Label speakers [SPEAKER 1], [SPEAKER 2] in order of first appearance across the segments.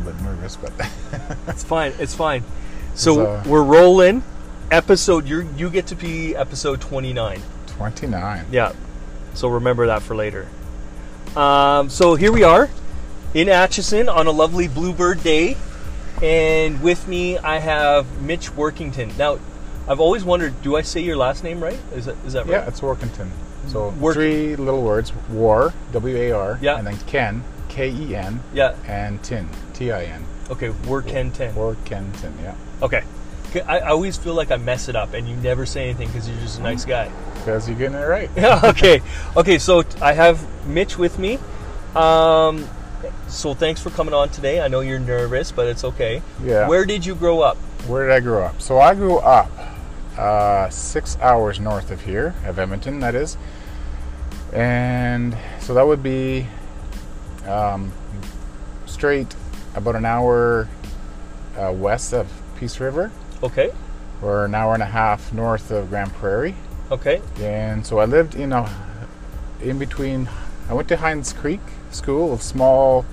[SPEAKER 1] nervous, but
[SPEAKER 2] It's fine. It's fine. So
[SPEAKER 1] So-
[SPEAKER 2] we're rolling. Episode you you get to be episode 29.
[SPEAKER 1] 29.
[SPEAKER 2] Yeah. So remember that for later. Um, so here we are in Atchison on a lovely bluebird day. And with me I have Mitch Workington. Now, I've always wondered, do I say your last name right? Is that is that right?
[SPEAKER 1] Yeah, it's Workington. So
[SPEAKER 2] Mm-hmm. Work-
[SPEAKER 1] three little words: war, W-A-R,
[SPEAKER 2] Yeah.
[SPEAKER 1] and then Ken, K-E-N,
[SPEAKER 2] Yeah.
[SPEAKER 1] and tin, T-I-N.
[SPEAKER 2] Okay, Workington.
[SPEAKER 1] Workington. Yeah.
[SPEAKER 2] Okay. 'Kay, I, I always feel like I mess it up and you never say anything because you're just a nice guy.
[SPEAKER 1] Because you're getting it right.
[SPEAKER 2] Yeah, okay. Okay, so t- I have Mitch with me. Um, so thanks for coming on today. I know you're nervous, but it's okay.
[SPEAKER 1] Yeah.
[SPEAKER 2] Where did you grow up?
[SPEAKER 1] Where did I grow up? So I grew up uh, six hours north of here, of Edmonton, that is. And so that would be um, straight about an hour uh, west of Peace River,
[SPEAKER 2] Okay.
[SPEAKER 1] or an hour and a half north of Grand Prairie.
[SPEAKER 2] Okay.
[SPEAKER 1] And so I lived in a, in between. I went to Hines Creek School, a small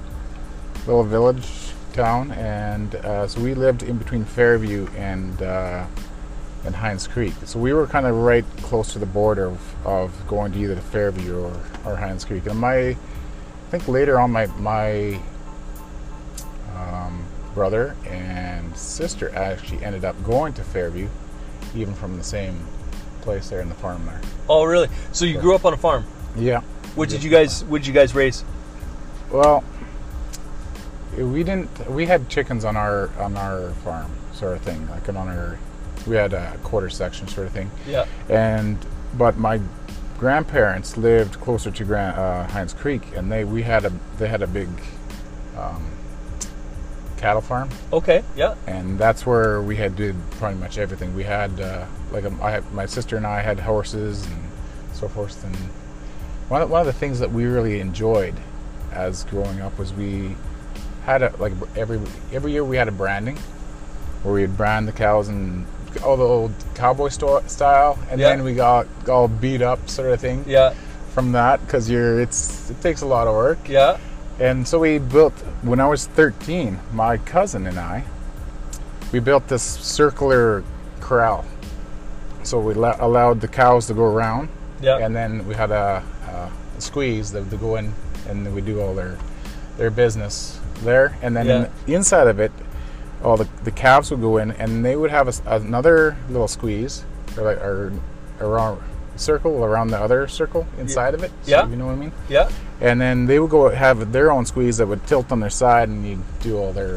[SPEAKER 1] little village town, and uh, so we lived in between Fairview and uh, and Hines Creek. So we were kind of right close to the border of, of going to either to Fairview or, or Hines Creek. And my, I think later on my my um, brother and sister actually ended up going to Fairview, even from the same place there in the farm there.
[SPEAKER 2] Oh, really? So you grew up on a farm.
[SPEAKER 1] Yeah.
[SPEAKER 2] What did you guys? What did you guys raise?
[SPEAKER 1] Well, we didn't. We had chickens on our on our farm, sort of thing. Like on our, we had a quarter section, sort of thing.
[SPEAKER 2] Yeah.
[SPEAKER 1] And but my grandparents lived closer to Grand, uh, Hines Creek, and they we had a they had a big um, cattle farm,
[SPEAKER 2] Okay. Yeah.
[SPEAKER 1] and that's where we had did pretty much everything. We had uh, like um, I had, my sister and I had horses and so forth. And one of, one of the things that we really enjoyed as growing up was we had a like every every year we had a branding where we would brand the cows and all the old cowboy sto- style, and
[SPEAKER 2] Yeah.
[SPEAKER 1] then we got all beat up sort of thing
[SPEAKER 2] Yeah.
[SPEAKER 1] from that because you're it's it takes a lot of work.
[SPEAKER 2] Yeah.
[SPEAKER 1] And so we built, when I was 13, my cousin and I, we built this circular corral. So we la- allowed the cows to go around,
[SPEAKER 2] Yeah.
[SPEAKER 1] and then we had a, a squeeze that would go in, and then we do all their their business there. And then
[SPEAKER 2] Yeah.
[SPEAKER 1] in- inside of it, all the, the calves would go in, and they would have a s another little squeeze or like or around circle around the other circle inside of it. So
[SPEAKER 2] Yeah.
[SPEAKER 1] you know what I mean
[SPEAKER 2] yeah.
[SPEAKER 1] and then they would go have their own squeeze that would tilt on their side and you'd do all their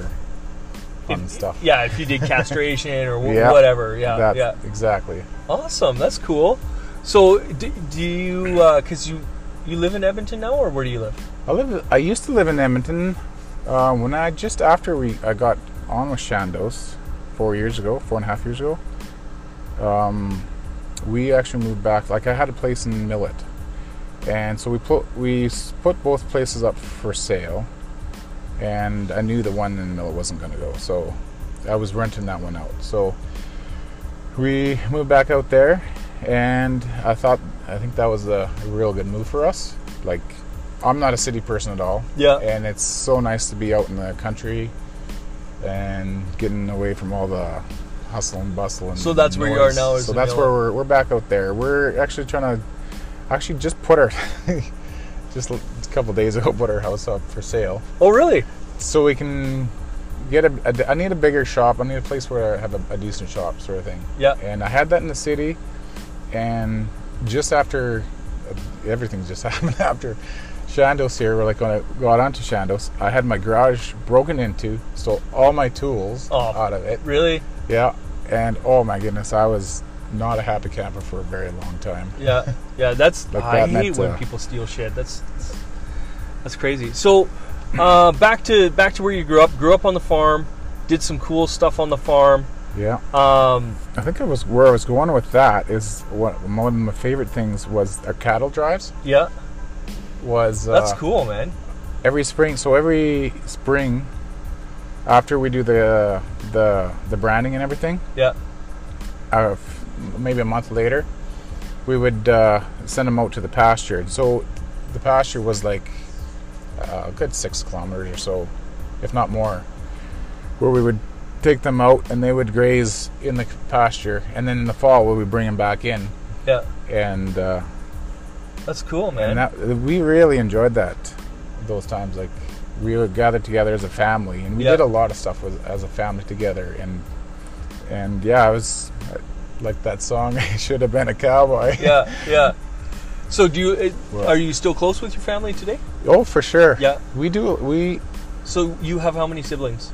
[SPEAKER 1] fun
[SPEAKER 2] If-
[SPEAKER 1] stuff.
[SPEAKER 2] Yeah. If you did castration or wh-
[SPEAKER 1] Yeah.
[SPEAKER 2] whatever. Yeah.
[SPEAKER 1] That's
[SPEAKER 2] yeah.
[SPEAKER 1] exactly.
[SPEAKER 2] Awesome. That's cool. So do, do you? uh 'cause you you live in Edmonton now, or where do you live?
[SPEAKER 1] I live. I used to live in Edmonton uh, when I just after we I got on with Shandos four years ago, four and a half years ago. Um, we actually moved back. Like I had a place in Millet, and so we put we s- put both places up for sale, and I knew the one in Millet wasn't going to go, so I was renting that one out. So we moved back out there, and I thought I think that was a real good move for us. Like I'm not a city person at all,
[SPEAKER 2] Yeah.
[SPEAKER 1] and it's so nice to be out in the country and getting away from all the hustle and bustle and
[SPEAKER 2] So that's where you are
[SPEAKER 1] noise.
[SPEAKER 2] now is
[SPEAKER 1] so
[SPEAKER 2] in
[SPEAKER 1] that's where
[SPEAKER 2] Millet.
[SPEAKER 1] we're, we're back out there we're actually trying to actually just put our just a couple days ago put our house up for sale
[SPEAKER 2] Oh, really?
[SPEAKER 1] so we can get a, a i need a bigger shop i need a place where i have a, a decent shop sort of thing
[SPEAKER 2] Yeah.
[SPEAKER 1] and i had that in the city and just after uh, everything just happened after shandos here we're like when i got onto shandos i had my garage broken into stole all my tools
[SPEAKER 2] Oh.
[SPEAKER 1] out of it
[SPEAKER 2] Really?
[SPEAKER 1] yeah and oh my goodness i was not a happy camper for a very long time
[SPEAKER 2] Yeah, yeah. That's
[SPEAKER 1] Like
[SPEAKER 2] I
[SPEAKER 1] that,
[SPEAKER 2] hate
[SPEAKER 1] that's,
[SPEAKER 2] when
[SPEAKER 1] uh,
[SPEAKER 2] people steal shit. That's that's crazy. So uh, back to back to where you grew up. Grew up on the farm. Did some cool stuff on the farm.
[SPEAKER 1] yeah
[SPEAKER 2] Um,
[SPEAKER 1] I think it was where I was going with that is what one of my favorite things was our cattle drives
[SPEAKER 2] yeah,
[SPEAKER 1] was
[SPEAKER 2] that's
[SPEAKER 1] uh,
[SPEAKER 2] cool, man.
[SPEAKER 1] every spring. So every spring, after we do the the the branding and everything,
[SPEAKER 2] Yeah,
[SPEAKER 1] uh, f- maybe a month later, we would uh, send them out to the pasture. And so the pasture was like uh, a good six kilometers or so, if not more. where we would take them out and they would graze in the pasture, and then in the fall we would bring them back in,
[SPEAKER 2] Yeah,
[SPEAKER 1] and uh,
[SPEAKER 2] that's cool,
[SPEAKER 1] and
[SPEAKER 2] man.
[SPEAKER 1] that we really enjoyed that those times. Like we would gather together as a family, and we
[SPEAKER 2] Yeah.
[SPEAKER 1] did a lot of stuff with, as a family together, and and yeah, I was like that song. I should have been a cowboy.
[SPEAKER 2] yeah, yeah. So do you? It,
[SPEAKER 1] Well-
[SPEAKER 2] are you still close with your family today?
[SPEAKER 1] Oh, for sure.
[SPEAKER 2] Yeah.
[SPEAKER 1] We do. We
[SPEAKER 2] So you have how many siblings?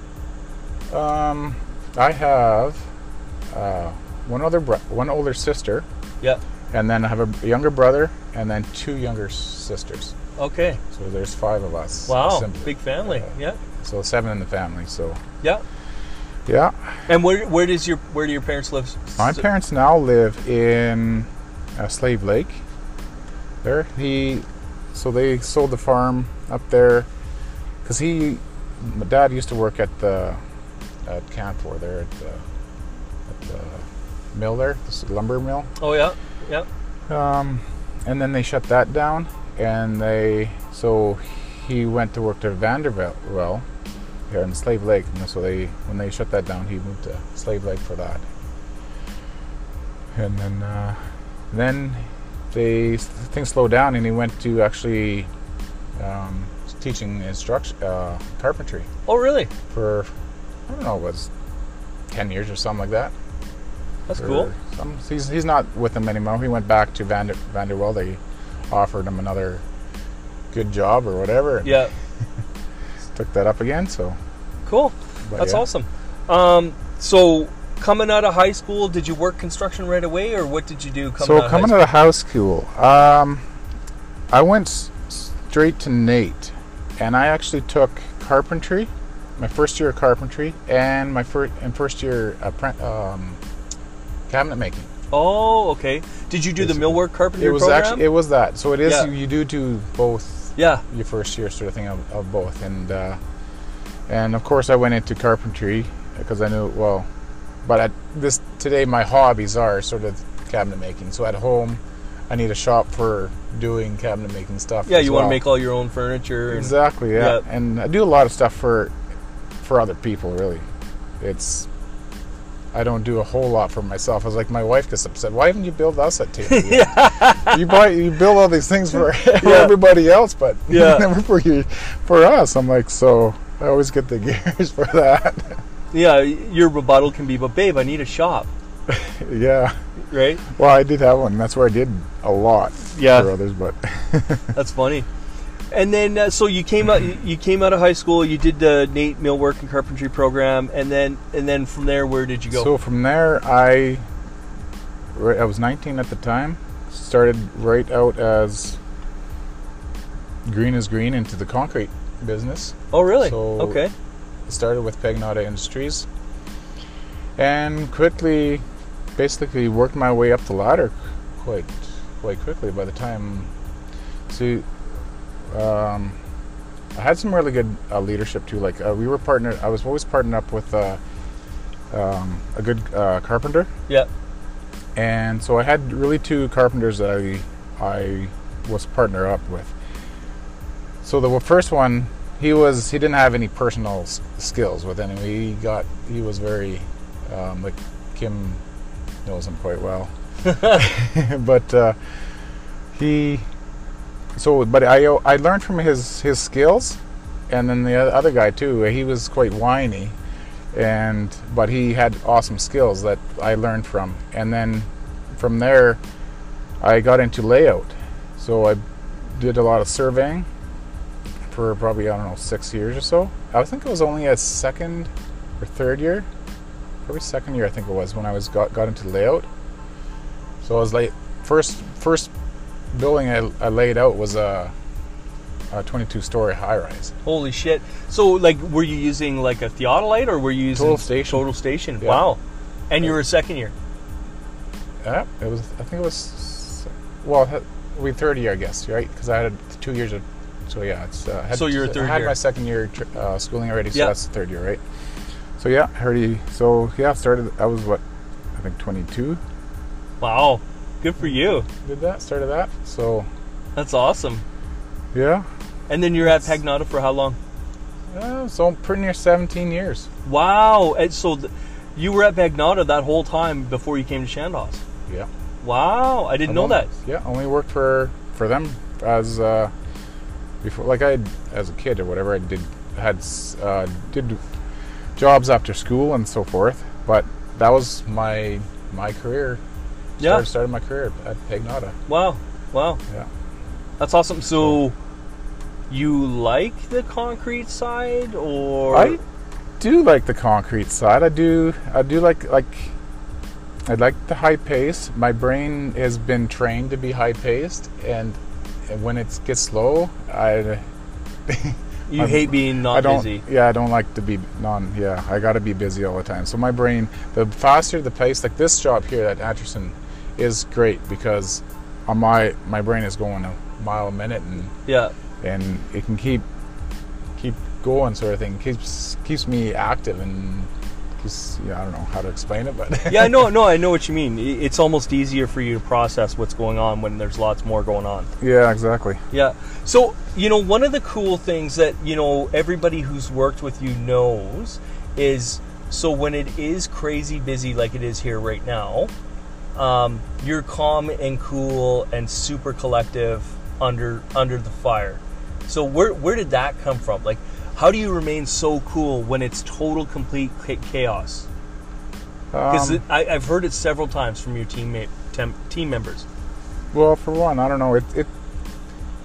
[SPEAKER 1] um, I have uh, one other bro- one older sister,
[SPEAKER 2] Yeah.
[SPEAKER 1] and then I have a younger brother, and then two younger s- sisters.
[SPEAKER 2] Okay.
[SPEAKER 1] So there's five of us.
[SPEAKER 2] Wow.
[SPEAKER 1] assembled.
[SPEAKER 2] Big family. Yeah.
[SPEAKER 1] So seven in the family. So
[SPEAKER 2] Yeah.
[SPEAKER 1] yeah,
[SPEAKER 2] And where where does your where do your parents live?
[SPEAKER 1] my
[SPEAKER 2] So-
[SPEAKER 1] parents now live in uh, Slave Lake. There, he, so they sold the farm up there, because he, my dad used to work at the, at Canfor there at the, at the mill there, this lumber mill.
[SPEAKER 2] Oh yeah. Yeah.
[SPEAKER 1] Um, and then they shut that down, and they so he went to work to Vanderbilt well here in Slave Lake, and so they when they shut that down, he moved to Slave Lake for that. And then uh, then they things slowed down, and he went to actually um, teaching instruction uh, carpentry
[SPEAKER 2] Oh really?
[SPEAKER 1] for I don't know it was ten years or something like that.
[SPEAKER 2] That's
[SPEAKER 1] Or
[SPEAKER 2] cool.
[SPEAKER 1] some- he's, he's not with them anymore. He went back to Vander, Vanderwell. They offered him another good job or whatever. and
[SPEAKER 2] Yeah.
[SPEAKER 1] Took that up again. So
[SPEAKER 2] Cool.
[SPEAKER 1] but
[SPEAKER 2] That's
[SPEAKER 1] yeah.
[SPEAKER 2] awesome. Um, so coming out of high school, did you work construction right away, or what did you do? Coming
[SPEAKER 1] so coming out of house school, um, I went s- straight to Nate, and I actually took carpentry, my first year of carpentry, and my first and first year appren- um, cabinet making.
[SPEAKER 2] of oh, okay. Did you do the
[SPEAKER 1] Basically.
[SPEAKER 2] millwork carpentry
[SPEAKER 1] It was
[SPEAKER 2] program?
[SPEAKER 1] actually it was that. So it is
[SPEAKER 2] Yeah.
[SPEAKER 1] you, you do do both
[SPEAKER 2] yeah.
[SPEAKER 1] your first year sort of thing of, of both and uh, and of course I went into carpentry because I knew well but at this today my hobbies are sort of cabinet making so at home I need a shop for doing cabinet making stuff
[SPEAKER 2] Yeah.
[SPEAKER 1] as
[SPEAKER 2] You want
[SPEAKER 1] well.
[SPEAKER 2] to make all your own furniture. and-
[SPEAKER 1] exactly yeah.
[SPEAKER 2] Yeah.
[SPEAKER 1] and I do a lot of stuff for for other people really it's I don't do a whole lot for myself. I was like, my wife gets upset. Why haven't you built us a table? yet?" you buy, you build all these things for, for
[SPEAKER 2] Yeah.
[SPEAKER 1] everybody else, but
[SPEAKER 2] Yeah.
[SPEAKER 1] never for you, for us. I'm like, so I always get the gears for that.
[SPEAKER 2] Yeah. Your rebuttal can be, but babe, I need a shop,
[SPEAKER 1] yeah.
[SPEAKER 2] right?
[SPEAKER 1] Well, I did have one. That's where I did a lot
[SPEAKER 2] Yeah.
[SPEAKER 1] for others, but
[SPEAKER 2] That's funny. And then, uh, so you came out. you- You came out of high school. You did the Nate Millwork and Carpentry program, and then, and then from there, where did you go?
[SPEAKER 1] So from there, I right, I was 19 at the time. Started right out as green as green into the concrete business.
[SPEAKER 2] oh, really?
[SPEAKER 1] so-
[SPEAKER 2] okay.
[SPEAKER 1] Started with Pegnotta Industries, and quickly, basically worked my way up the ladder quite quite quickly. By the time, so um, I had some really good uh, leadership too. Like uh, we were partnered. I was always partnered up with uh, um, a good uh, carpenter
[SPEAKER 2] Yeah.
[SPEAKER 1] and so I had really two carpenters that I I was partner up with. So the first one, he was he didn't have any personal s- skills with him. He got he was very um, like Kim knows him quite well, but uh, he so but I I learned from his his skills, and then the other guy too. He was quite whiny and but he had awesome skills that I learned from. And then from there, I got into layout. So I did a lot of surveying for probably I don't know six years or so. I think it was only a second or third year, probably second year I think it was when I was got got into layout. So I was like first first building I, I laid out was a, a 22 story high rise.
[SPEAKER 2] Holy shit! So, like, were you using like a theodolite, or were you using
[SPEAKER 1] Total Station.
[SPEAKER 2] Total station.
[SPEAKER 1] Yeah.
[SPEAKER 2] Wow! And you were a second year.
[SPEAKER 1] Yeah, Uh, it was. I think it was. Well, we third year, I guess, right? Because I had two years of. So yeah, it's. Uh, had,
[SPEAKER 2] So you're a third
[SPEAKER 1] I had
[SPEAKER 2] year.
[SPEAKER 1] my second year tr- uh, schooling already, so
[SPEAKER 2] Yeah.
[SPEAKER 1] that's the third year, right? So yeah, I already. So yeah, started. I was what, I think 22.
[SPEAKER 2] Wow! Good for you.
[SPEAKER 1] Did that started that? So
[SPEAKER 2] That's awesome.
[SPEAKER 1] yeah,
[SPEAKER 2] And then you're at Pagnotta for how long?
[SPEAKER 1] Uh, so pretty near 17 years.
[SPEAKER 2] Wow. And so th- you were at Magnata that whole time before you came to Shandos.
[SPEAKER 1] Yeah.
[SPEAKER 2] Wow. I didn't know that.
[SPEAKER 1] Alumnus. Yeah, only worked for for them as uh, before, like I as a kid or whatever. I did had s- uh, did jobs after school and so forth, but that was my my career.
[SPEAKER 2] Yeah.
[SPEAKER 1] Started, started my career at Pagnata.
[SPEAKER 2] Wow. Wow.
[SPEAKER 1] Yeah.
[SPEAKER 2] That's awesome. So you like the concrete side or
[SPEAKER 1] I do like the concrete side. I do. I do like like. I like the high pace. My brain has been trained to be high paced, and when it gets slow, I
[SPEAKER 2] you
[SPEAKER 1] I'm-
[SPEAKER 2] hate being
[SPEAKER 1] I
[SPEAKER 2] not
[SPEAKER 1] don't.
[SPEAKER 2] busy?
[SPEAKER 1] Yeah, I don't like to be non. Yeah, I got to be busy all the time. So my brain, the faster the pace, like this job here at Atchison, is great because on my my brain is going a mile a minute and
[SPEAKER 2] Yeah.
[SPEAKER 1] and it can keep keep going sort of thing. keeps keeps me active and keeps, yeah, I don't know how to explain it, but
[SPEAKER 2] Yeah, no, no, I know what you mean. I- It's almost easier for you to process what's going on when there's lots more going on.
[SPEAKER 1] yeah, exactly.
[SPEAKER 2] Yeah. So, you know, one of the cool things that, you know, everybody who's worked with you knows is so when it is crazy busy like it is here right now, um, you're calm and cool and super collective under under the fire. So where where did that come from? Like how do you remain so cool when it's total complete cha- chaos? Because
[SPEAKER 1] Um,
[SPEAKER 2] I've heard it several times from your teammate tem, team members.
[SPEAKER 1] well, for one, I don't know. It it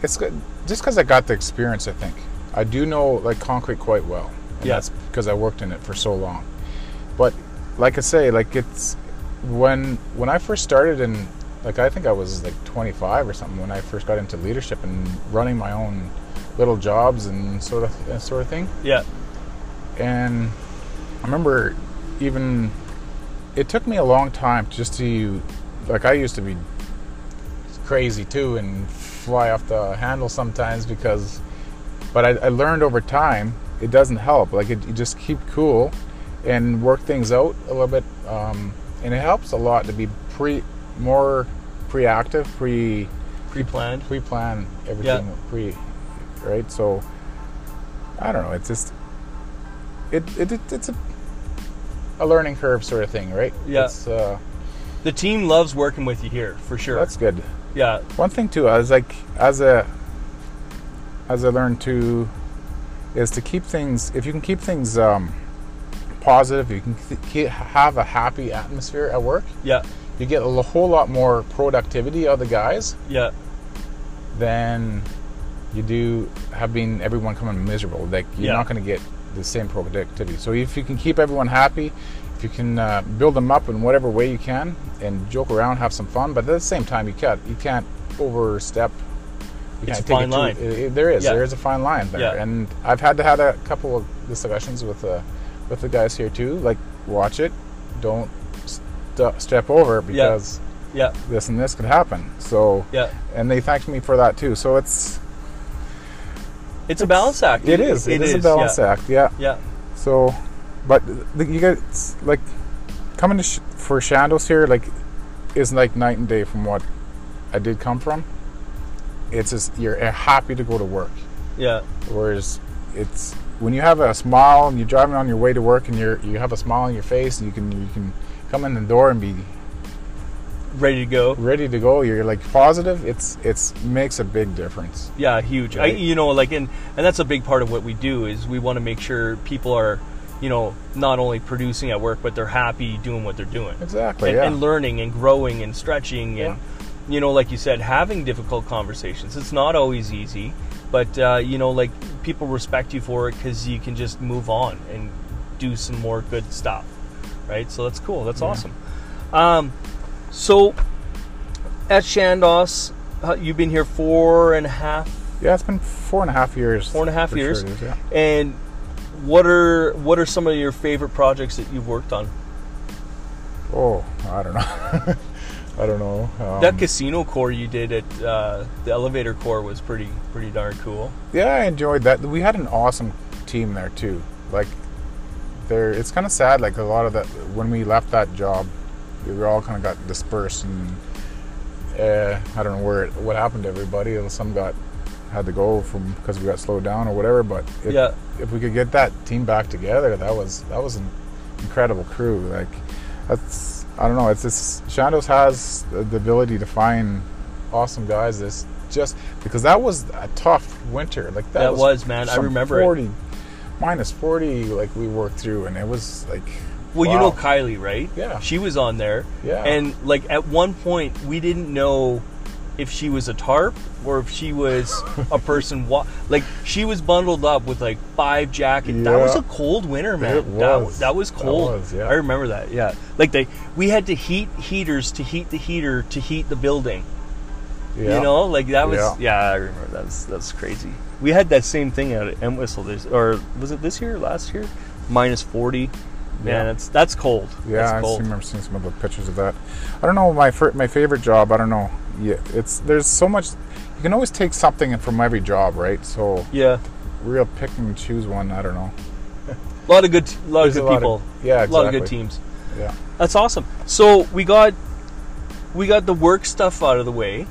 [SPEAKER 1] it's good just because I got the experience. I think I do know like concrete quite well. And
[SPEAKER 2] Yeah.
[SPEAKER 1] that's because I worked in it for so long. But like I say, like it's when when I first started in like I think I was like 25 or something when I first got into leadership and running my own little jobs and sort of that sort of thing.
[SPEAKER 2] Yeah.
[SPEAKER 1] and I remember even it took me a long time just to like I used to be crazy too and fly off the handle sometimes because but I, I learned over time it doesn't help like it, you just keep cool and work things out a little bit um, and it helps a lot to be pre more pre-active pre
[SPEAKER 2] Pre-planned.
[SPEAKER 1] pre-plan everything pre right so i don't know it's just it, it, it it's a, a learning curve sort of thing right
[SPEAKER 2] Yeah.
[SPEAKER 1] it's, uh,
[SPEAKER 2] The team loves working with you here for sure.
[SPEAKER 1] that's good
[SPEAKER 2] yeah.
[SPEAKER 1] one thing too i was like as a as i learned to is to keep things if you can keep things um positive you can keep, have a happy atmosphere at work
[SPEAKER 2] Yeah.
[SPEAKER 1] you get a l- whole lot more productivity out of the guys
[SPEAKER 2] Yeah.
[SPEAKER 1] then you do having everyone coming miserable. Like you're
[SPEAKER 2] Yeah.
[SPEAKER 1] not going to get the same productivity. So if you can keep everyone happy, if you can uh, build them up in whatever way you can, and joke around, have some fun, but at the same time you can't you can't overstep. You can't
[SPEAKER 2] It's a fine
[SPEAKER 1] take it too-
[SPEAKER 2] line.
[SPEAKER 1] it- it- there is
[SPEAKER 2] Yeah.
[SPEAKER 1] there is a fine line there,
[SPEAKER 2] Yeah.
[SPEAKER 1] and I've had to have a couple of discussions with uh, with the guys here too. Like watch it, don't st- step over because
[SPEAKER 2] Yeah.
[SPEAKER 1] this and this could happen. So
[SPEAKER 2] Yeah.
[SPEAKER 1] and they thanked me for that too. So it's
[SPEAKER 2] It's a balance act.
[SPEAKER 1] it is it is, a balance
[SPEAKER 2] yeah.
[SPEAKER 1] act, yeah.
[SPEAKER 2] Yeah.
[SPEAKER 1] So, but the, you get it's like coming to sh- for Shandos here like is like night and day from what I did come from. It's just you're eh, happy to go to work,
[SPEAKER 2] Yeah.
[SPEAKER 1] whereas it's when you have a smile and you're driving on your way to work and you're you have a smile on your face and you can you can come in the door and be
[SPEAKER 2] Ready to go.
[SPEAKER 1] ready to go. You're like positive. It's it's makes a big difference.
[SPEAKER 2] Yeah. Huge. I,
[SPEAKER 1] Right.
[SPEAKER 2] you know, like, and and that's a big part of what we do is we want to make sure people are, you know, not only producing at work but they're happy doing what they're doing.
[SPEAKER 1] Exactly.
[SPEAKER 2] and,
[SPEAKER 1] yeah.
[SPEAKER 2] and learning and growing and stretching and you know like you said having difficult conversations it's not always easy but uh, you know like people respect you for it because you can just move on and do some more good stuff right so that's cool that's awesome um, so at shandos uh, you've been here four and a half
[SPEAKER 1] Yeah, it's been four and a half years.
[SPEAKER 2] Four and a half
[SPEAKER 1] For
[SPEAKER 2] years.
[SPEAKER 1] Sure it is, yeah.
[SPEAKER 2] and what are what are some of your favorite projects that you've worked on
[SPEAKER 1] Oh, I don't know. I don't know. Um,
[SPEAKER 2] That casino core you did at uh, the elevator core was pretty pretty darn cool.
[SPEAKER 1] yeah, I enjoyed that. We had an awesome team there too. Like, there, it's kind of sad. Like a lot of that when we left that job, we were all kind of got eh, dispersed, and uh, I don't know where it, what happened to everybody. Some got had to go from because we got slowed down or whatever. But it,
[SPEAKER 2] Yeah.
[SPEAKER 1] if we could get that team back together, that was that was an incredible crew. Like that's I don't know. It's just Shandos has the the ability to find awesome guys. This just because that was a tough winter. Like that,
[SPEAKER 2] That was, man. I
[SPEAKER 1] some
[SPEAKER 2] remember it.
[SPEAKER 1] forty minus forty. Like we worked through, and it was like
[SPEAKER 2] Well, you
[SPEAKER 1] wow.
[SPEAKER 2] know Kylie, right?
[SPEAKER 1] Yeah.
[SPEAKER 2] She was on there.
[SPEAKER 1] Yeah.
[SPEAKER 2] And like at one point, we didn't know if she was a tarp or if she was a person. Wa- like she was bundled up with like five jackets. That
[SPEAKER 1] Yeah.
[SPEAKER 2] was a cold winter, man.
[SPEAKER 1] It
[SPEAKER 2] That,
[SPEAKER 1] was.
[SPEAKER 2] that was
[SPEAKER 1] That
[SPEAKER 2] cold.
[SPEAKER 1] was, yeah.
[SPEAKER 2] I remember that. Yeah. Like they, we had to heat heaters to heat the heater to heat the building.
[SPEAKER 1] yeah.
[SPEAKER 2] You know, like that was.
[SPEAKER 1] Yeah.
[SPEAKER 2] Yeah, I remember that was that's crazy. We had that same thing at M Whistle this or was it this year or last year? Minus forty. Man,
[SPEAKER 1] Yeah.
[SPEAKER 2] that's that's cold.
[SPEAKER 1] Yeah,
[SPEAKER 2] that's
[SPEAKER 1] I
[SPEAKER 2] cold.
[SPEAKER 1] seem- remember seeing some of the pictures of that. I don't know my fir- my favorite job. I don't know. Yeah, it's there's so much. You can always take something from every job, right? So
[SPEAKER 2] Yeah,
[SPEAKER 1] real pick and choose one. I don't know.
[SPEAKER 2] a lot of good, a lot
[SPEAKER 1] There's
[SPEAKER 2] of
[SPEAKER 1] a
[SPEAKER 2] good
[SPEAKER 1] lot of-
[SPEAKER 2] people.
[SPEAKER 1] yeah,
[SPEAKER 2] a lot of good
[SPEAKER 1] exactly.
[SPEAKER 2] teams.
[SPEAKER 1] Yeah,
[SPEAKER 2] That's awesome. So we got we got the work stuff out of the way.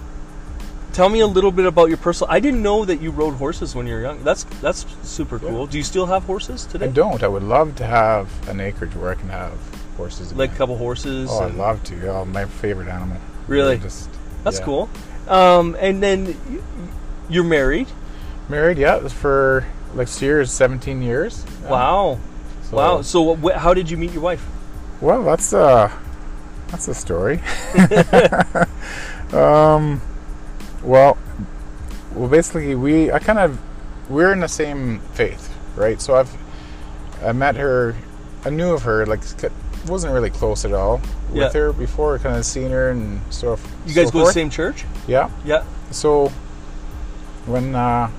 [SPEAKER 2] Tell me a little bit about your personal. I didn't know that you rode horses when you were young. That's that's super cool. Do you still have horses
[SPEAKER 1] I
[SPEAKER 2] today?
[SPEAKER 1] don't. I would love to have an acreage where I can have horses.
[SPEAKER 2] Like a
[SPEAKER 1] again.
[SPEAKER 2] couple horses.
[SPEAKER 1] oh, I'd
[SPEAKER 2] and-
[SPEAKER 1] love to. Oh, my favorite animal.
[SPEAKER 2] Really?
[SPEAKER 1] Just,
[SPEAKER 2] that's
[SPEAKER 1] yeah.
[SPEAKER 2] cool. Um, and then y- you're married.
[SPEAKER 1] Married? Yeah, it was for like years, 17 years. Yeah.
[SPEAKER 2] Wow.
[SPEAKER 1] So-
[SPEAKER 2] wow. So wh- how did you meet your wife?
[SPEAKER 1] Well, that's uh that's a story. um, well, well, basically, we I kind of we're in the same faith, right? So I've I met her, I knew of her, like c- wasn't really close at all with
[SPEAKER 2] Yeah.
[SPEAKER 1] her before, kind of seen her and so. f-
[SPEAKER 2] You guys
[SPEAKER 1] so
[SPEAKER 2] go to the
[SPEAKER 1] forth.
[SPEAKER 2] same church?
[SPEAKER 1] Yeah.
[SPEAKER 2] Yeah.
[SPEAKER 1] So when uh,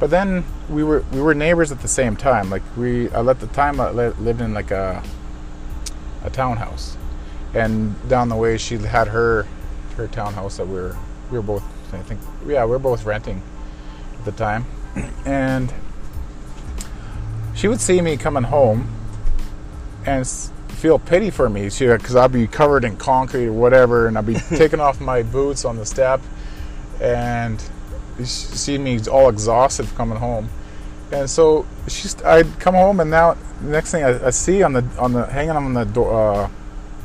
[SPEAKER 1] but then we were we were neighbors at the same time. Like we I at the time I li- lived in like a a townhouse, and down the way she had her her townhouse that we were we were both I think yeah we were both renting at the time, and she would see me coming home and s- feel pity for me she because I'd be covered in concrete or whatever and I'd be taking off my boots on the step and she see me all exhausted coming home and so she's I'd come home and now the next thing I, I see on the on the hanging on the door uh,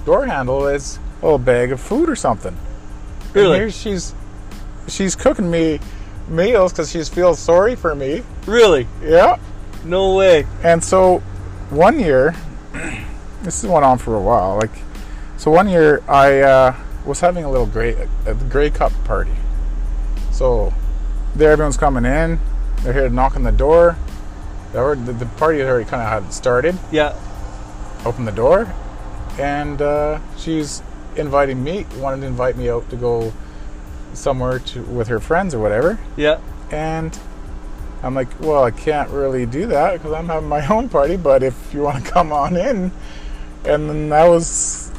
[SPEAKER 1] door handle is a little bag of food or something and
[SPEAKER 2] Really?
[SPEAKER 1] here she's she's cooking me meals because she feels sorry for me
[SPEAKER 2] Really?
[SPEAKER 1] yeah
[SPEAKER 2] No way.
[SPEAKER 1] and so one year, this went on for a while. Like, so one year I uh, was having a little gray a gray cup party. So there, everyone's coming in. They're here to knock on the door. They were- The, the party had already kind of had started.
[SPEAKER 2] Yeah.
[SPEAKER 1] Open the door, and uh, she's inviting me. Wanted to invite me out to go somewhere to, with her friends or whatever.
[SPEAKER 2] Yeah.
[SPEAKER 1] And I'm like, well, I can't really do that because I'm having my own party, but if you want to come on in. And then that was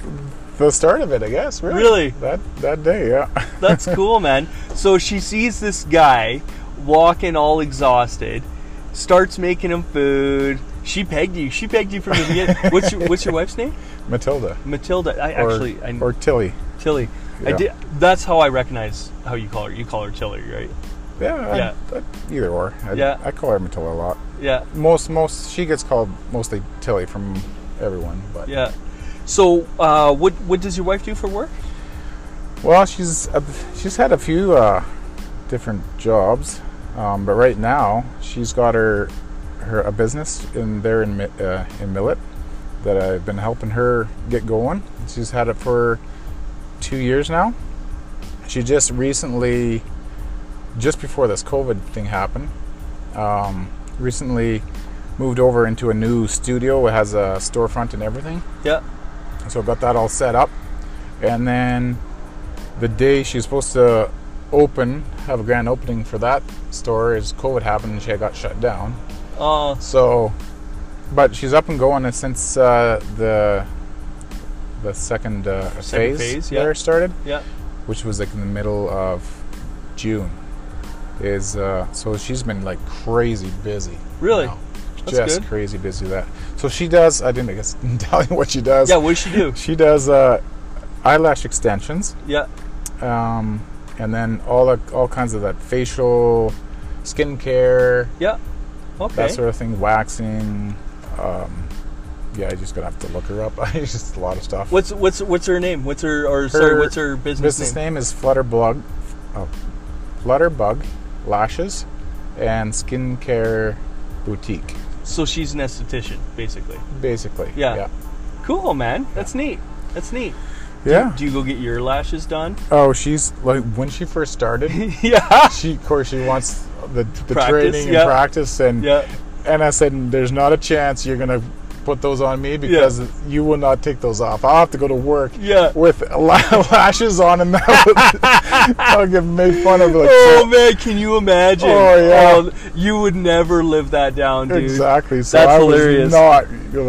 [SPEAKER 1] the start of it, I guess, really.
[SPEAKER 2] Really?
[SPEAKER 1] That, that day, yeah.
[SPEAKER 2] That's cool, man. So she sees this guy walking all exhausted, starts making him food. She pegged you. She pegged you from the beginning. What's your, what's your wife's name?
[SPEAKER 1] Matilda.
[SPEAKER 2] Matilda. I
[SPEAKER 1] Or,
[SPEAKER 2] actually, I,
[SPEAKER 1] or Tilly.
[SPEAKER 2] Tilly. I
[SPEAKER 1] Yeah.
[SPEAKER 2] did, that's how I recognize how you call her. You call her Tilly, right?
[SPEAKER 1] Yeah. I-
[SPEAKER 2] Yeah.
[SPEAKER 1] I- either or. I,
[SPEAKER 2] Yeah.
[SPEAKER 1] I call her Matilda a lot.
[SPEAKER 2] Yeah,
[SPEAKER 1] Most, most, she gets called mostly Tilly from everyone, but.
[SPEAKER 2] yeah. So, uh, what what does your wife do for work?
[SPEAKER 1] Well, she's a, she's had a few uh, different jobs, um, but right now she's got her her a business in there in Mi- uh, in Millet that I've been helping her get going. She's had it for two years now. She just recently, just before this COVID thing happened, um, recently moved over into a new studio. It has a storefront and everything.
[SPEAKER 2] Yeah,
[SPEAKER 1] So I got that all set up. And then the day she was supposed to open, have a grand opening for that store, is COVID happened and she had got shut down.
[SPEAKER 2] uh,
[SPEAKER 1] So, but she's up and going since uh, the the second, uh,
[SPEAKER 2] Second
[SPEAKER 1] phase,
[SPEAKER 2] phase, yeah.
[SPEAKER 1] there started,
[SPEAKER 2] yeah,
[SPEAKER 1] which was like in the middle of June. Is uh, so she's been like crazy busy.
[SPEAKER 2] Really?
[SPEAKER 1] now.
[SPEAKER 2] That's
[SPEAKER 1] Just
[SPEAKER 2] good.
[SPEAKER 1] crazy busy that. So she does. I didn't I guess tell you what she does.
[SPEAKER 2] yeah. What does she do?
[SPEAKER 1] She does uh, eyelash extensions
[SPEAKER 2] Yeah,
[SPEAKER 1] um, and then all that, all kinds of that facial, skincare,
[SPEAKER 2] Yeah. Okay.
[SPEAKER 1] that sort of thing, waxing. Um, yeah, I just gonna have to look her up. it's just a lot of stuff.
[SPEAKER 2] What's what's what's her name? What's her or sorry, what's her business,
[SPEAKER 1] business name? is Flutterbug, oh, Flutterbug Lashes and Skincare Boutique,
[SPEAKER 2] So she's an esthetician, basically.
[SPEAKER 1] basically.
[SPEAKER 2] Yeah.
[SPEAKER 1] Yeah.
[SPEAKER 2] Cool, man. That's neat. That's neat.
[SPEAKER 1] Yeah.
[SPEAKER 2] Do you go get your lashes done?
[SPEAKER 1] oh, she's like when she first started,
[SPEAKER 2] yeah.
[SPEAKER 1] she of course she wants the, the
[SPEAKER 2] Practice,
[SPEAKER 1] training and
[SPEAKER 2] yeah.
[SPEAKER 1] practice and
[SPEAKER 2] Yeah.
[SPEAKER 1] and I said there's not a chance you're gonna put those on me because you will not take those off. I'll have to go to work
[SPEAKER 2] Yeah.
[SPEAKER 1] with la- lashes on and that would, I'll get made fun of like
[SPEAKER 2] Oh man, can you imagine?
[SPEAKER 1] Oh, yeah.
[SPEAKER 2] you would never live that down, dude.
[SPEAKER 1] exactly. So
[SPEAKER 2] That's
[SPEAKER 1] I was
[SPEAKER 2] hilarious.
[SPEAKER 1] not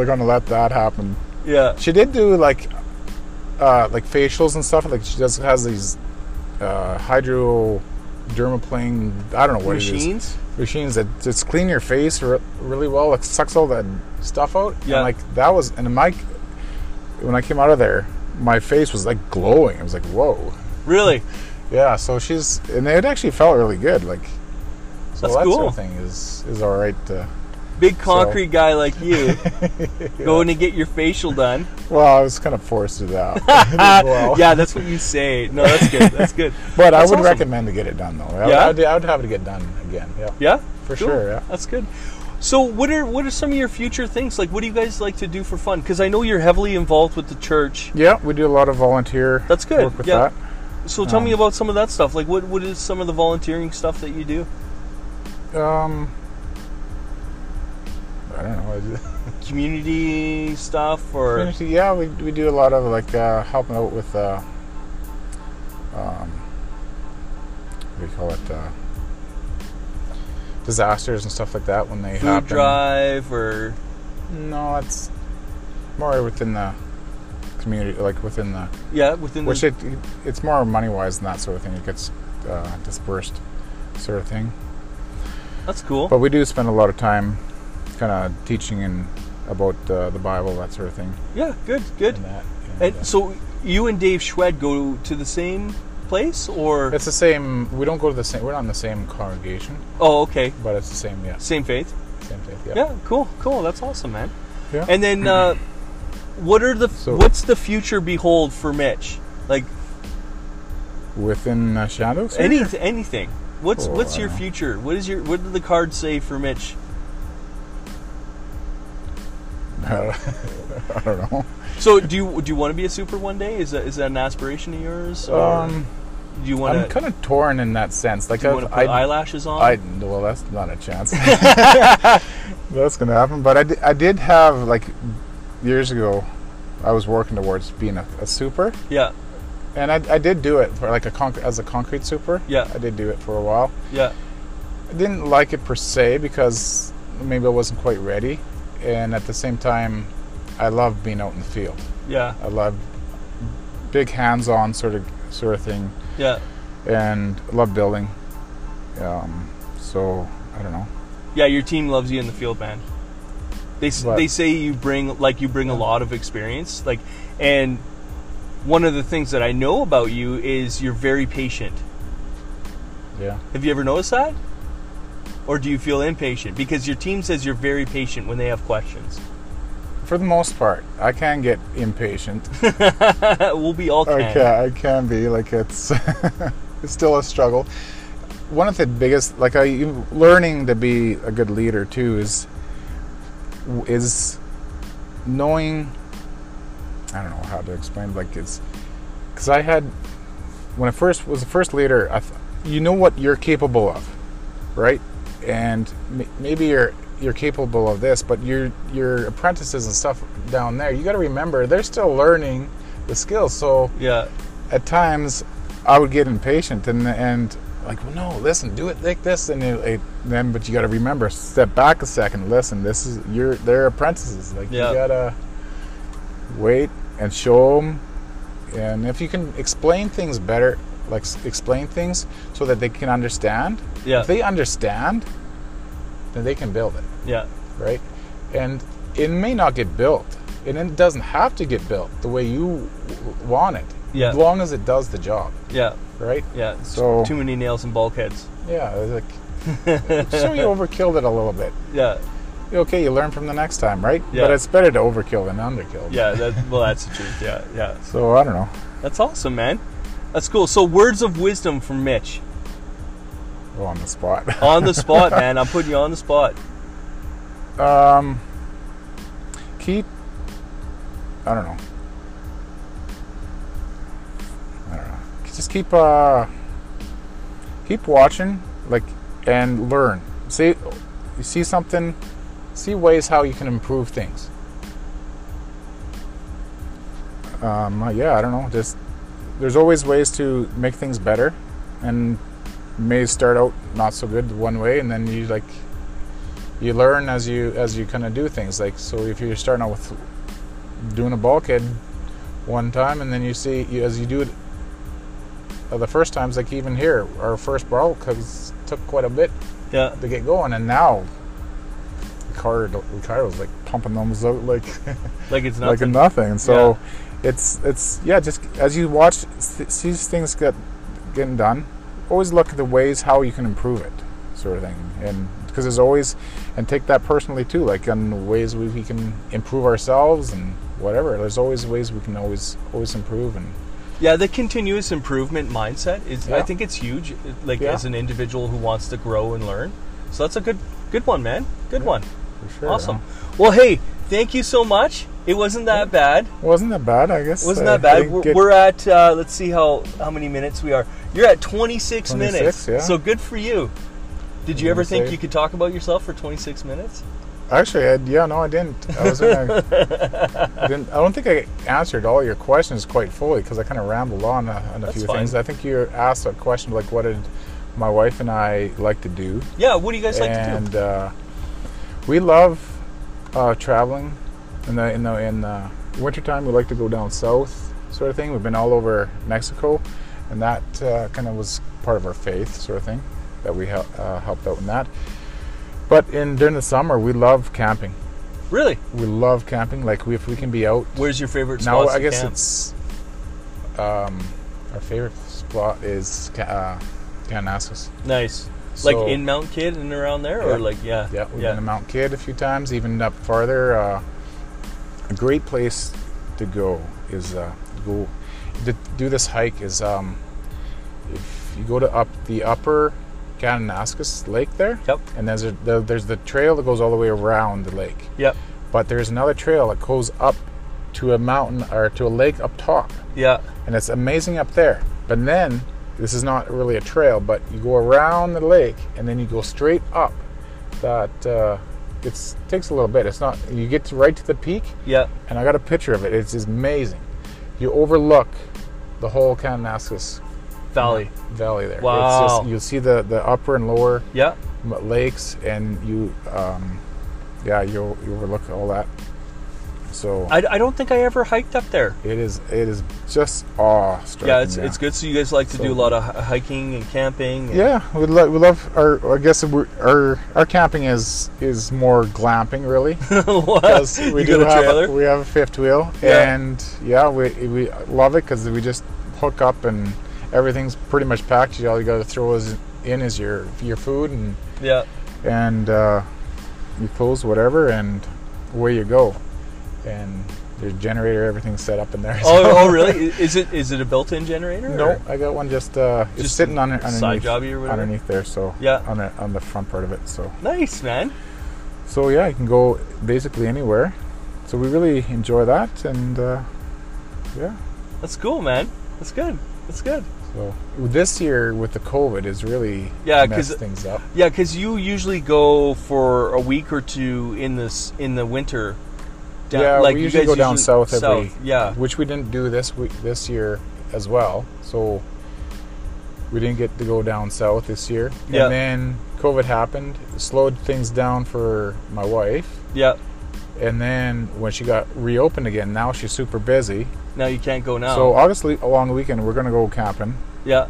[SPEAKER 1] gonna let that happen.
[SPEAKER 2] Yeah.
[SPEAKER 1] She did do like uh, like facials and stuff. Like she just has these uh, hydro dermaplane. I don't know what it is.
[SPEAKER 2] Machines.
[SPEAKER 1] machines that just clean your face re- really well. Like sucks all that stuff out.
[SPEAKER 2] Yeah.
[SPEAKER 1] And like that was and my when I came out of there, my face was like glowing. I was like, whoa.
[SPEAKER 2] Really?
[SPEAKER 1] Yeah. So she's and it actually felt really good. Like so
[SPEAKER 2] That's
[SPEAKER 1] that
[SPEAKER 2] cool.
[SPEAKER 1] sort of thing is is all right. To,
[SPEAKER 2] Big concrete guy like you, going to get your facial done. Ah,
[SPEAKER 1] well, I was kind of forced to do that. as well.
[SPEAKER 2] Yeah, that's what you say. No, that's good. That's good.
[SPEAKER 1] But I
[SPEAKER 2] That's
[SPEAKER 1] would
[SPEAKER 2] awesome.
[SPEAKER 1] recommend to get it done though. I would-
[SPEAKER 2] Yeah?
[SPEAKER 1] I would, I would have it get done again. Yeah.
[SPEAKER 2] Yeah.
[SPEAKER 1] For sure, yeah.
[SPEAKER 2] That's good. So, what are what are some of your future things? Like, what do you guys like to do for fun? Because I know you're heavily involved with the church.
[SPEAKER 1] Yeah, we do a lot of volunteer.
[SPEAKER 2] That's good,
[SPEAKER 1] Work with
[SPEAKER 2] yeah.
[SPEAKER 1] that.
[SPEAKER 2] So, tell me about some of that stuff. Like, what what is some of the volunteering stuff that you do?
[SPEAKER 1] Um, I don't know.
[SPEAKER 2] Community stuff or
[SPEAKER 1] Community, yeah, we, we do a lot of like uh, helping out with, uh, um, what do you call it, uh, disasters and stuff like that when they
[SPEAKER 2] food
[SPEAKER 1] happen.
[SPEAKER 2] drive or
[SPEAKER 1] No, it's more within the community, like within the,
[SPEAKER 2] yeah within
[SPEAKER 1] which
[SPEAKER 2] the
[SPEAKER 1] it it's more money wise and that sort of thing. It gets uh, dispersed, sort of thing.
[SPEAKER 2] that's cool.
[SPEAKER 1] But we do spend a lot of time, kind of teaching and about uh, the Bible, that sort of thing.
[SPEAKER 2] yeah, good, good.
[SPEAKER 1] And that, and, uh,
[SPEAKER 2] And so, you and Dave Schwed go to the same place or
[SPEAKER 1] It's the same. We don't go to the same. We're not in the same congregation,
[SPEAKER 2] oh okay,
[SPEAKER 1] but it's the same. Yeah,
[SPEAKER 2] same faith.
[SPEAKER 1] same faith. Yeah.
[SPEAKER 2] Yeah, cool, cool. That's awesome, man.
[SPEAKER 1] Yeah.
[SPEAKER 2] And then, uh, what are the
[SPEAKER 1] So-
[SPEAKER 2] what's the future behold for Mitch? Like
[SPEAKER 1] Within uh, shadows. here?
[SPEAKER 2] any anything. What's
[SPEAKER 1] Oh,
[SPEAKER 2] what's
[SPEAKER 1] I
[SPEAKER 2] your
[SPEAKER 1] don't know.
[SPEAKER 2] future? What is your what did the card say for Mitch?
[SPEAKER 1] I don't know.
[SPEAKER 2] So do you do you want to be a super one day? Is that is that an aspiration of yours? Or
[SPEAKER 1] Um,
[SPEAKER 2] do you want
[SPEAKER 1] I'm
[SPEAKER 2] to
[SPEAKER 1] kind of torn in that sense. Like uh,
[SPEAKER 2] do you want to put
[SPEAKER 1] I, I,
[SPEAKER 2] eyelashes on?
[SPEAKER 1] I, well, that's not a chance. that's gonna happen. But I, di- I did have like years ago, I was working towards being a, a super,
[SPEAKER 2] yeah,
[SPEAKER 1] and I, I did do it for like a conc- as a concrete super.
[SPEAKER 2] Yeah.
[SPEAKER 1] I did do it for a while.
[SPEAKER 2] yeah,
[SPEAKER 1] I didn't like it per se because maybe I wasn't quite ready, and at the same time, I love being out in the field.
[SPEAKER 2] yeah,
[SPEAKER 1] I love big hands-on sort of sort of thing,
[SPEAKER 2] yeah,
[SPEAKER 1] and I love building. Um, so I don't know.
[SPEAKER 2] yeah. Your team loves you in the field, man. They s
[SPEAKER 1] But-
[SPEAKER 2] they say you bring like you bring a lot of experience, like, and one of the things that I know about you is you're very patient.
[SPEAKER 1] Yeah,
[SPEAKER 2] Have you ever noticed that? Or do you feel impatient? Because your team says you're very patient when they have questions.
[SPEAKER 1] for the most part, I can get impatient.
[SPEAKER 2] we'll be all
[SPEAKER 1] I
[SPEAKER 2] kind.
[SPEAKER 1] can, I can be like it's it's still a struggle. One of the biggest, like I you- learning to be a good leader too, is is knowing. I don't know how to explain. Like it's because I had when I first was the first leader. I th- you know what you're capable of, right? And m- maybe you're you're capable of this, but your your apprentices and stuff down there, you got to remember they're still learning the skills. So
[SPEAKER 2] Yeah,
[SPEAKER 1] at times I would get impatient and and like, well, no, listen, do it like this, and it, it, then but you got to remember, step back a second, listen, this is your they're apprentices, like
[SPEAKER 2] Yeah.
[SPEAKER 1] you gotta wait and show them, and if you can explain things better, like s- explain things so that they can understand.
[SPEAKER 2] Yeah.
[SPEAKER 1] If they understand, then they can build it
[SPEAKER 2] yeah,
[SPEAKER 1] right? And it may not get built, and it doesn't have to get built the way you w- want it.
[SPEAKER 2] Yeah.
[SPEAKER 1] as long as it does the job,
[SPEAKER 2] Yeah.
[SPEAKER 1] right?
[SPEAKER 2] Yeah. it's
[SPEAKER 1] So-
[SPEAKER 2] too many nails and bulkheads.
[SPEAKER 1] Yeah, it's like so you overkilled it a little bit.
[SPEAKER 2] Yeah.
[SPEAKER 1] Okay, you learn from the next time, right?
[SPEAKER 2] Yeah.
[SPEAKER 1] But it's better to overkill than underkill.
[SPEAKER 2] Yeah. That, well, that's the truth. Yeah. Yeah.
[SPEAKER 1] So I don't know.
[SPEAKER 2] That's awesome, man. That's cool. So words of wisdom from Mitch
[SPEAKER 1] Go on the spot.
[SPEAKER 2] on the spot, man. I'm putting you on the spot.
[SPEAKER 1] Um, keep. I don't know. I don't know. Just keep uh, keep watching, like, and learn. See, you see something, see ways how you can improve things. Um, uh, yeah, I don't know. Just there's always ways to make things better, and may start out not so good one way, and then you like you learn as you as you kind of do things like so if you're starting out with doing a bulkhead one time and then you see you, as you do it uh, the first times like even here our first bulkheads took quite a bit
[SPEAKER 2] Yeah.
[SPEAKER 1] to get going and now Ricardo, Ricardo's like pumping those out like
[SPEAKER 2] Like it's
[SPEAKER 1] like
[SPEAKER 2] nothing.
[SPEAKER 1] nothing so it's it's yeah just as you watch s- see things get getting done always look at the ways how you can improve it sort of thing and because there's always and take that personally too like on ways we, we can improve ourselves and whatever there's always ways we can always always improve and
[SPEAKER 2] yeah. The continuous improvement mindset is. I
[SPEAKER 1] Yeah.
[SPEAKER 2] think it's huge. Like
[SPEAKER 1] Yeah.
[SPEAKER 2] as an individual who wants to grow and learn. So that's a good, good one, man. Good one.
[SPEAKER 1] for sure
[SPEAKER 2] Awesome. Well, hey, thank you so much. It wasn't that bad.
[SPEAKER 1] wasn't that bad i guess
[SPEAKER 2] Wasn't
[SPEAKER 1] I
[SPEAKER 2] that bad?
[SPEAKER 1] didn't
[SPEAKER 2] We're,
[SPEAKER 1] get-
[SPEAKER 2] we're at uh, let's see how how many minutes we are. You're at 26,
[SPEAKER 1] 26,
[SPEAKER 2] minutes.
[SPEAKER 1] yeah.
[SPEAKER 2] So good for you. Did you ever
[SPEAKER 1] gonna
[SPEAKER 2] think
[SPEAKER 1] say-
[SPEAKER 2] you could talk about yourself for 26 minutes?
[SPEAKER 1] Actually, I, yeah, no, I didn't. I was gonna, I didn't. I don't think I answered all your questions quite fully because I kind of rambled on uh, on a
[SPEAKER 2] That's
[SPEAKER 1] few
[SPEAKER 2] fine.
[SPEAKER 1] things. I think you asked a question like, "What did my wife and I like to do?"
[SPEAKER 2] Yeah. What do you guys like
[SPEAKER 1] and
[SPEAKER 2] to do?
[SPEAKER 1] uh, we love uh, traveling. In the in the in the wintertime, we like to go down south, sort of thing. We've been all over Mexico, and that uh, kind of was part of our faith, sort of thing, that we hel- uh, helped out in that. But in during the summer, we love camping.
[SPEAKER 2] Really?
[SPEAKER 1] We love camping. Like we, if we can be out
[SPEAKER 2] Where's your favorite spot?
[SPEAKER 1] now, I guess it's um, our favorite spot is Ca- uh, Canassus.
[SPEAKER 2] nice.
[SPEAKER 1] So-
[SPEAKER 2] like in Mount Kid and around there, or
[SPEAKER 1] Yeah.
[SPEAKER 2] like yeah,
[SPEAKER 1] Yeah, we've
[SPEAKER 2] yeah,
[SPEAKER 1] been to Mount Kid a few times, even up farther. Uh, a great place to go is uh, to go to do this hike is um, if you go to up the upper Kananaskis Lake there,
[SPEAKER 2] Yep.
[SPEAKER 1] and there's a, the, there's the trail that goes all the way around the lake.
[SPEAKER 2] yep,
[SPEAKER 1] but there's another trail that goes up to a mountain or to a lake up top
[SPEAKER 2] yeah,
[SPEAKER 1] and it's amazing up there but then this is not really a trail but you go around the lake and then you go straight up that uh, it takes a little bit it's not you get to right to the peak
[SPEAKER 2] yeah.
[SPEAKER 1] and i got a picture of it it's just amazing you overlook the whole kananaskis
[SPEAKER 2] Valley.
[SPEAKER 1] valley there
[SPEAKER 2] Wow.
[SPEAKER 1] it's just, you'll see the, the upper and lower
[SPEAKER 2] Yeah.
[SPEAKER 1] m- lakes and you um, yeah you'll you overlook all that so
[SPEAKER 2] I, I don't think I ever hiked up there.
[SPEAKER 1] it is it is just awe striking
[SPEAKER 2] Yeah, it's, it's good. So you guys like to
[SPEAKER 1] So-
[SPEAKER 2] do a lot of hi- hiking and camping. and-
[SPEAKER 1] yeah we, lo- we love our i guess we're, our our camping is is more glamping really
[SPEAKER 2] What?
[SPEAKER 1] 'Cause we
[SPEAKER 2] you
[SPEAKER 1] do
[SPEAKER 2] got a
[SPEAKER 1] have
[SPEAKER 2] trailer?
[SPEAKER 1] we have a fifth wheel
[SPEAKER 2] Yeah.
[SPEAKER 1] and yeah we we love it because we just hook up and everything's pretty much packed you all you gotta throw is in is your your food and
[SPEAKER 2] yeah.
[SPEAKER 1] and uh, you close whatever and away you go and there's generator everything's set up in there
[SPEAKER 2] Oh, oh, really? I- Is it is it a built-in generator?
[SPEAKER 1] no
[SPEAKER 2] or-
[SPEAKER 1] i got one just uh it's
[SPEAKER 2] Just
[SPEAKER 1] sitting on it
[SPEAKER 2] side
[SPEAKER 1] underneath,
[SPEAKER 2] jobby or whatever?
[SPEAKER 1] underneath there so
[SPEAKER 2] Yeah.
[SPEAKER 1] on the on the front part of it so
[SPEAKER 2] Nice, man.
[SPEAKER 1] so yeah you can go basically anywhere so we really enjoy that and uh, yeah
[SPEAKER 2] That's cool, man. That's good. That's good.
[SPEAKER 1] so this year with the covid is really
[SPEAKER 2] Yeah, 'cause-
[SPEAKER 1] messed things up
[SPEAKER 2] Yeah, because you usually go for a week or two in this in the winter.
[SPEAKER 1] yeah,
[SPEAKER 2] like
[SPEAKER 1] we
[SPEAKER 2] you
[SPEAKER 1] usually go
[SPEAKER 2] guys
[SPEAKER 1] down
[SPEAKER 2] usually-
[SPEAKER 1] south every
[SPEAKER 2] Yeah,
[SPEAKER 1] which we didn't do this week this year as well. So we didn't get to go down south this year.
[SPEAKER 2] Yeah.
[SPEAKER 1] And then COVID happened, slowed things down for my wife.
[SPEAKER 2] yeah.
[SPEAKER 1] And then when she got reopened again, now she's super busy.
[SPEAKER 2] Now you can't go now.
[SPEAKER 1] So obviously along the weekend we're gonna go camping.
[SPEAKER 2] yeah,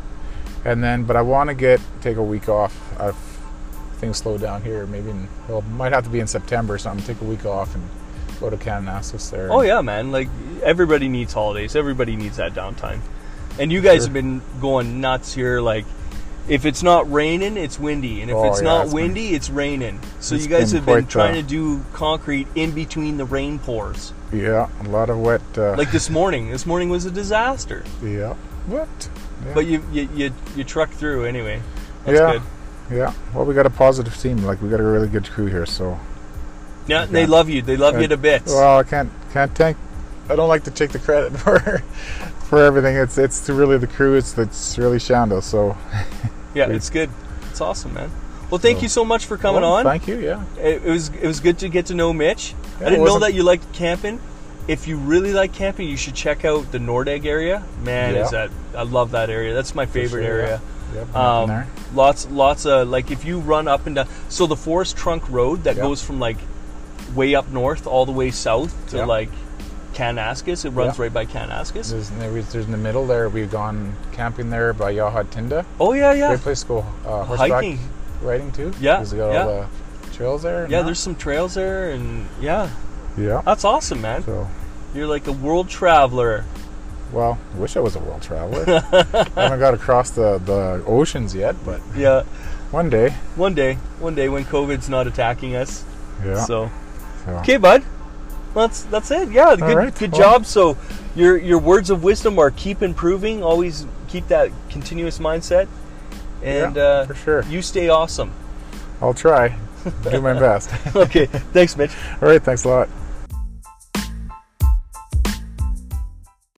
[SPEAKER 1] And then but I wanna get take a week off if things slow down here, maybe in well it might have to be in September or something, take a week off and go to Kananaskis there.
[SPEAKER 2] Oh yeah, man. Like everybody needs holidays. Everybody needs that downtime. And you guys
[SPEAKER 1] Sure.
[SPEAKER 2] have been going nuts here. Like, if it's not raining, it's windy, and if
[SPEAKER 1] Oh,
[SPEAKER 2] it's
[SPEAKER 1] yeah,
[SPEAKER 2] not
[SPEAKER 1] it's been-
[SPEAKER 2] windy, it's raining. So
[SPEAKER 1] it's
[SPEAKER 2] you guys
[SPEAKER 1] been
[SPEAKER 2] have been
[SPEAKER 1] quite,
[SPEAKER 2] trying
[SPEAKER 1] uh,
[SPEAKER 2] to do concrete in between the rain pours.
[SPEAKER 1] Yeah, a lot of wet. Uh,
[SPEAKER 2] Like this morning. This morning was a disaster,
[SPEAKER 1] yeah. What? Yeah.
[SPEAKER 2] but you you you, you truck through anyway. That's
[SPEAKER 1] yeah.
[SPEAKER 2] good.
[SPEAKER 1] Yeah. Well, we got a positive team. Like we got a really good crew here. So.
[SPEAKER 2] Yeah, they
[SPEAKER 1] Yeah.
[SPEAKER 2] love you. They love you
[SPEAKER 1] Uh,
[SPEAKER 2] to bits.
[SPEAKER 1] Well, I can't can't thank. I don't like to take the credit for for everything. It's it's really the crew. It's it's really Shando. So
[SPEAKER 2] yeah,
[SPEAKER 1] we-
[SPEAKER 2] it's good. It's awesome, man. Well, thank
[SPEAKER 1] So-
[SPEAKER 2] you so much for coming
[SPEAKER 1] Well,
[SPEAKER 2] on.
[SPEAKER 1] Thank you. Yeah.
[SPEAKER 2] it, it was it was good to get to know
[SPEAKER 1] Yeah,
[SPEAKER 2] Mitch. I
[SPEAKER 1] it
[SPEAKER 2] didn't know
[SPEAKER 1] wasn't-
[SPEAKER 2] that you liked camping. If you really like camping, you should check out the Nordegg area. Man, is
[SPEAKER 1] Yeah.
[SPEAKER 2] that I love that area. That's my favorite
[SPEAKER 1] sure, yeah.
[SPEAKER 2] area.
[SPEAKER 1] Yep.
[SPEAKER 2] Um,
[SPEAKER 1] there.
[SPEAKER 2] Lots, lots of like if you run up and down. So the forest trunk road that
[SPEAKER 1] Yeah.
[SPEAKER 2] goes from like way up north all the way south to
[SPEAKER 1] Yeah.
[SPEAKER 2] like Kanaskus. It runs
[SPEAKER 1] Yeah.
[SPEAKER 2] right by Kanaskus.
[SPEAKER 1] There's, there was- there's in the middle there. We've gone camping there by Yaha Tinda.
[SPEAKER 2] Oh yeah, yeah,
[SPEAKER 1] Great place to go uh, horseback
[SPEAKER 2] hiking.
[SPEAKER 1] riding too.
[SPEAKER 2] Yeah,
[SPEAKER 1] 'cause they got all
[SPEAKER 2] yeah.
[SPEAKER 1] the trails there. and
[SPEAKER 2] Yeah,
[SPEAKER 1] that.
[SPEAKER 2] there's some trails there, and yeah,
[SPEAKER 1] yeah.
[SPEAKER 2] that's awesome, man.
[SPEAKER 1] So
[SPEAKER 2] You're like a world traveler.
[SPEAKER 1] well, I wish I was a world traveler. I haven't got across the the oceans yet, but
[SPEAKER 2] Yeah.
[SPEAKER 1] one day.
[SPEAKER 2] One day, one day when COVID's not attacking us.
[SPEAKER 1] Yeah.
[SPEAKER 2] So
[SPEAKER 1] so.
[SPEAKER 2] okay, bud. That's that's it. Yeah, good
[SPEAKER 1] right,
[SPEAKER 2] good
[SPEAKER 1] well-
[SPEAKER 2] job. So your your words of wisdom are keep improving. Always keep that continuous mindset, and
[SPEAKER 1] Yeah,
[SPEAKER 2] uh,
[SPEAKER 1] for sure.
[SPEAKER 2] you stay awesome.
[SPEAKER 1] I'll try. Do my best.
[SPEAKER 2] okay, thanks, Mitch.
[SPEAKER 1] All right. Thanks a lot.